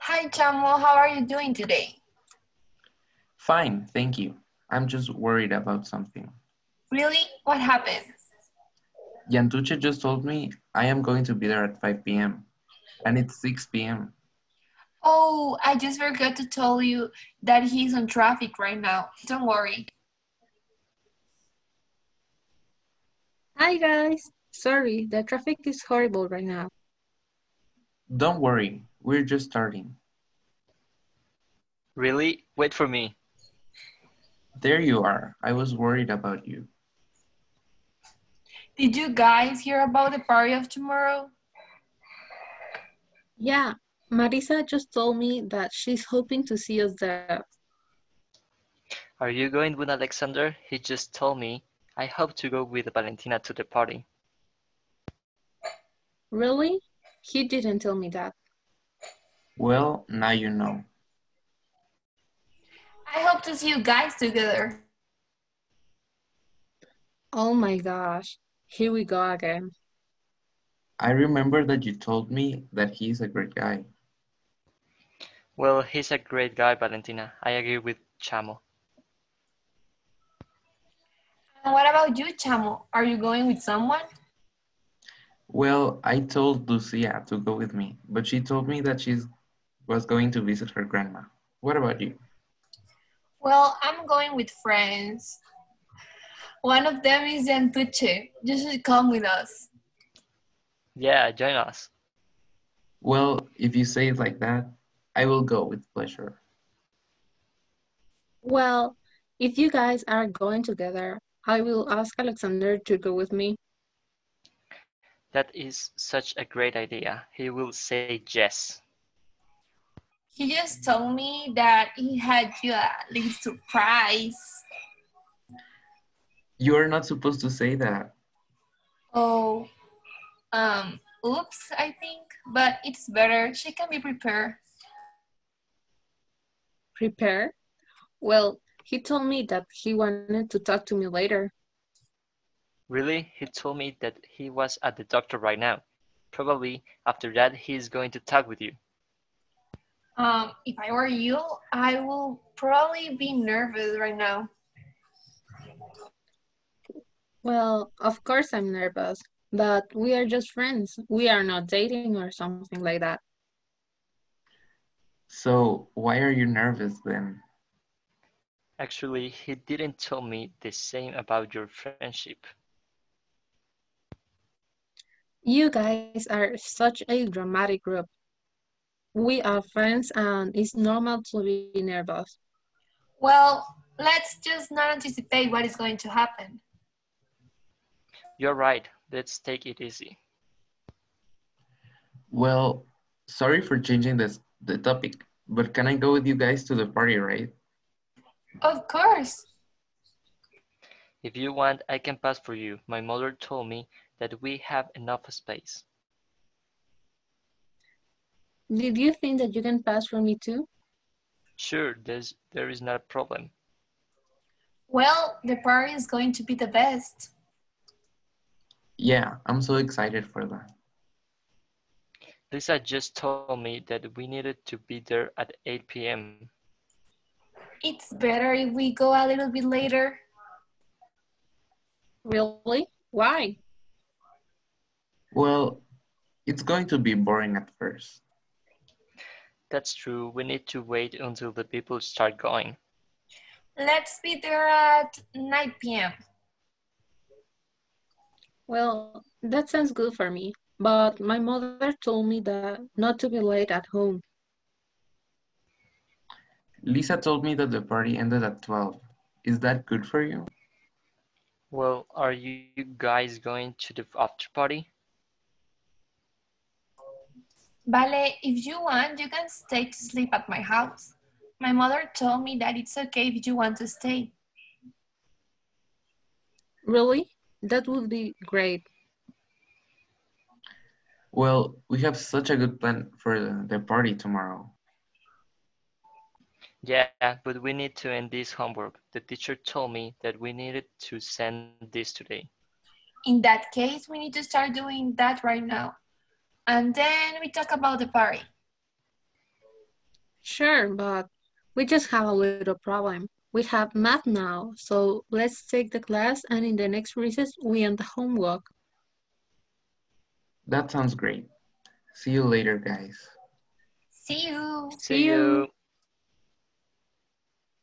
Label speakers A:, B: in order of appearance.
A: Hi, Chamo. How are you doing today?
B: Fine, thank you. I'm just worried about something.
A: Really? What happened?
B: Yantuche just told me I am going to be there at 5 p.m. and it's 6 p.m.
A: Oh, I just forgot to tell you that he's on traffic right now. Don't worry.
C: Hi guys. Sorry, the traffic is horrible right now.
B: Don't worry, we're just starting.
D: Really? Wait for me.
B: There you are. I was worried about you.
A: Did you guys hear about the party of tomorrow?
C: Yeah, Marisa just told me that she's hoping to see us there.
D: Are you going with Alexander? He just told me. I hope to go with Valentina to the party.
C: Really? He didn't tell me that.
B: Well, now you know.
A: I hope to see you guys together.
C: Oh my gosh. Here we go again.
B: I remember that you told me that he's a great guy.
D: Well, he's a great guy, Valentina. I agree with Chamo.
A: And what about you, Chamo? Are you going with someone?
B: Well, I told Lucia to go with me, but she told me that she was going to visit her grandma. What about you?
A: Well, I'm going with friends. One of them is Yantuche. You should come with us.
D: Yeah, join us.
B: Well, if you say it like that, I will go with pleasure.
C: Well, if you guys are going together, I will ask Alexander to go with me.
D: That is such a great idea. He will say yes.
A: He just told me that he had you a little surprise.
B: You are not supposed to say that.
A: Oh, um, oops, I think, but it's better. She can be prepared.
C: Prepare? Well, he told me that he wanted to talk to me later.
D: Really? He told me that he was at the doctor right now. Probably after that, he is going to talk with you.
A: Um, if I were you, I will probably be nervous right now.
C: Well, of course I'm nervous, but we are just friends. We are not dating or something like that.
B: So, why are you nervous then?
D: Actually, he didn't tell me the same about your friendship.
C: You guys are such a dramatic group. We are friends and it's normal to be nervous.
A: Well, let's just not anticipate what is going to happen.
D: You're right. Let's take it easy.
B: Well, sorry for changing this the topic, but can I go with you guys to the party, right?
A: Of course.
D: If you want, I can pass for you. My mother told me that we have enough space.
C: Did you think that you can pass for me too?
D: Sure, there's, there is not a problem.
A: Well, the party is going to be the best.
B: Yeah, I'm so excited for that.
D: Lisa just told me that we needed to be there at 8 p.m.
A: It's better if we go a little bit later.
C: Really? Why?
B: Well, it's going to be boring at first.
D: That's true. We need to wait until the people start going.
A: Let's be there at 9 p.m.
C: Well, that sounds good for me, but my mother told me that not to be late at home.
B: Lisa told me that the party ended at 12. Is that good for you?
D: Well, are you guys going to the after party?
A: Vale, if you want, you can stay to sleep at my house. My mother told me that it's okay if you want to stay.
C: Really? That would be great.
B: Well, we have such a good plan for the, the party tomorrow.
D: Yeah, but we need to end this homework. The teacher told me that we needed to send this today.
A: In that case, we need to start doing that right now. And then we talk about the party.
C: Sure, but we just have a little problem. We have math now, so let's take the class and in the next recess we end the homework.
B: That sounds great. See you later, guys.
A: See you.
C: See you.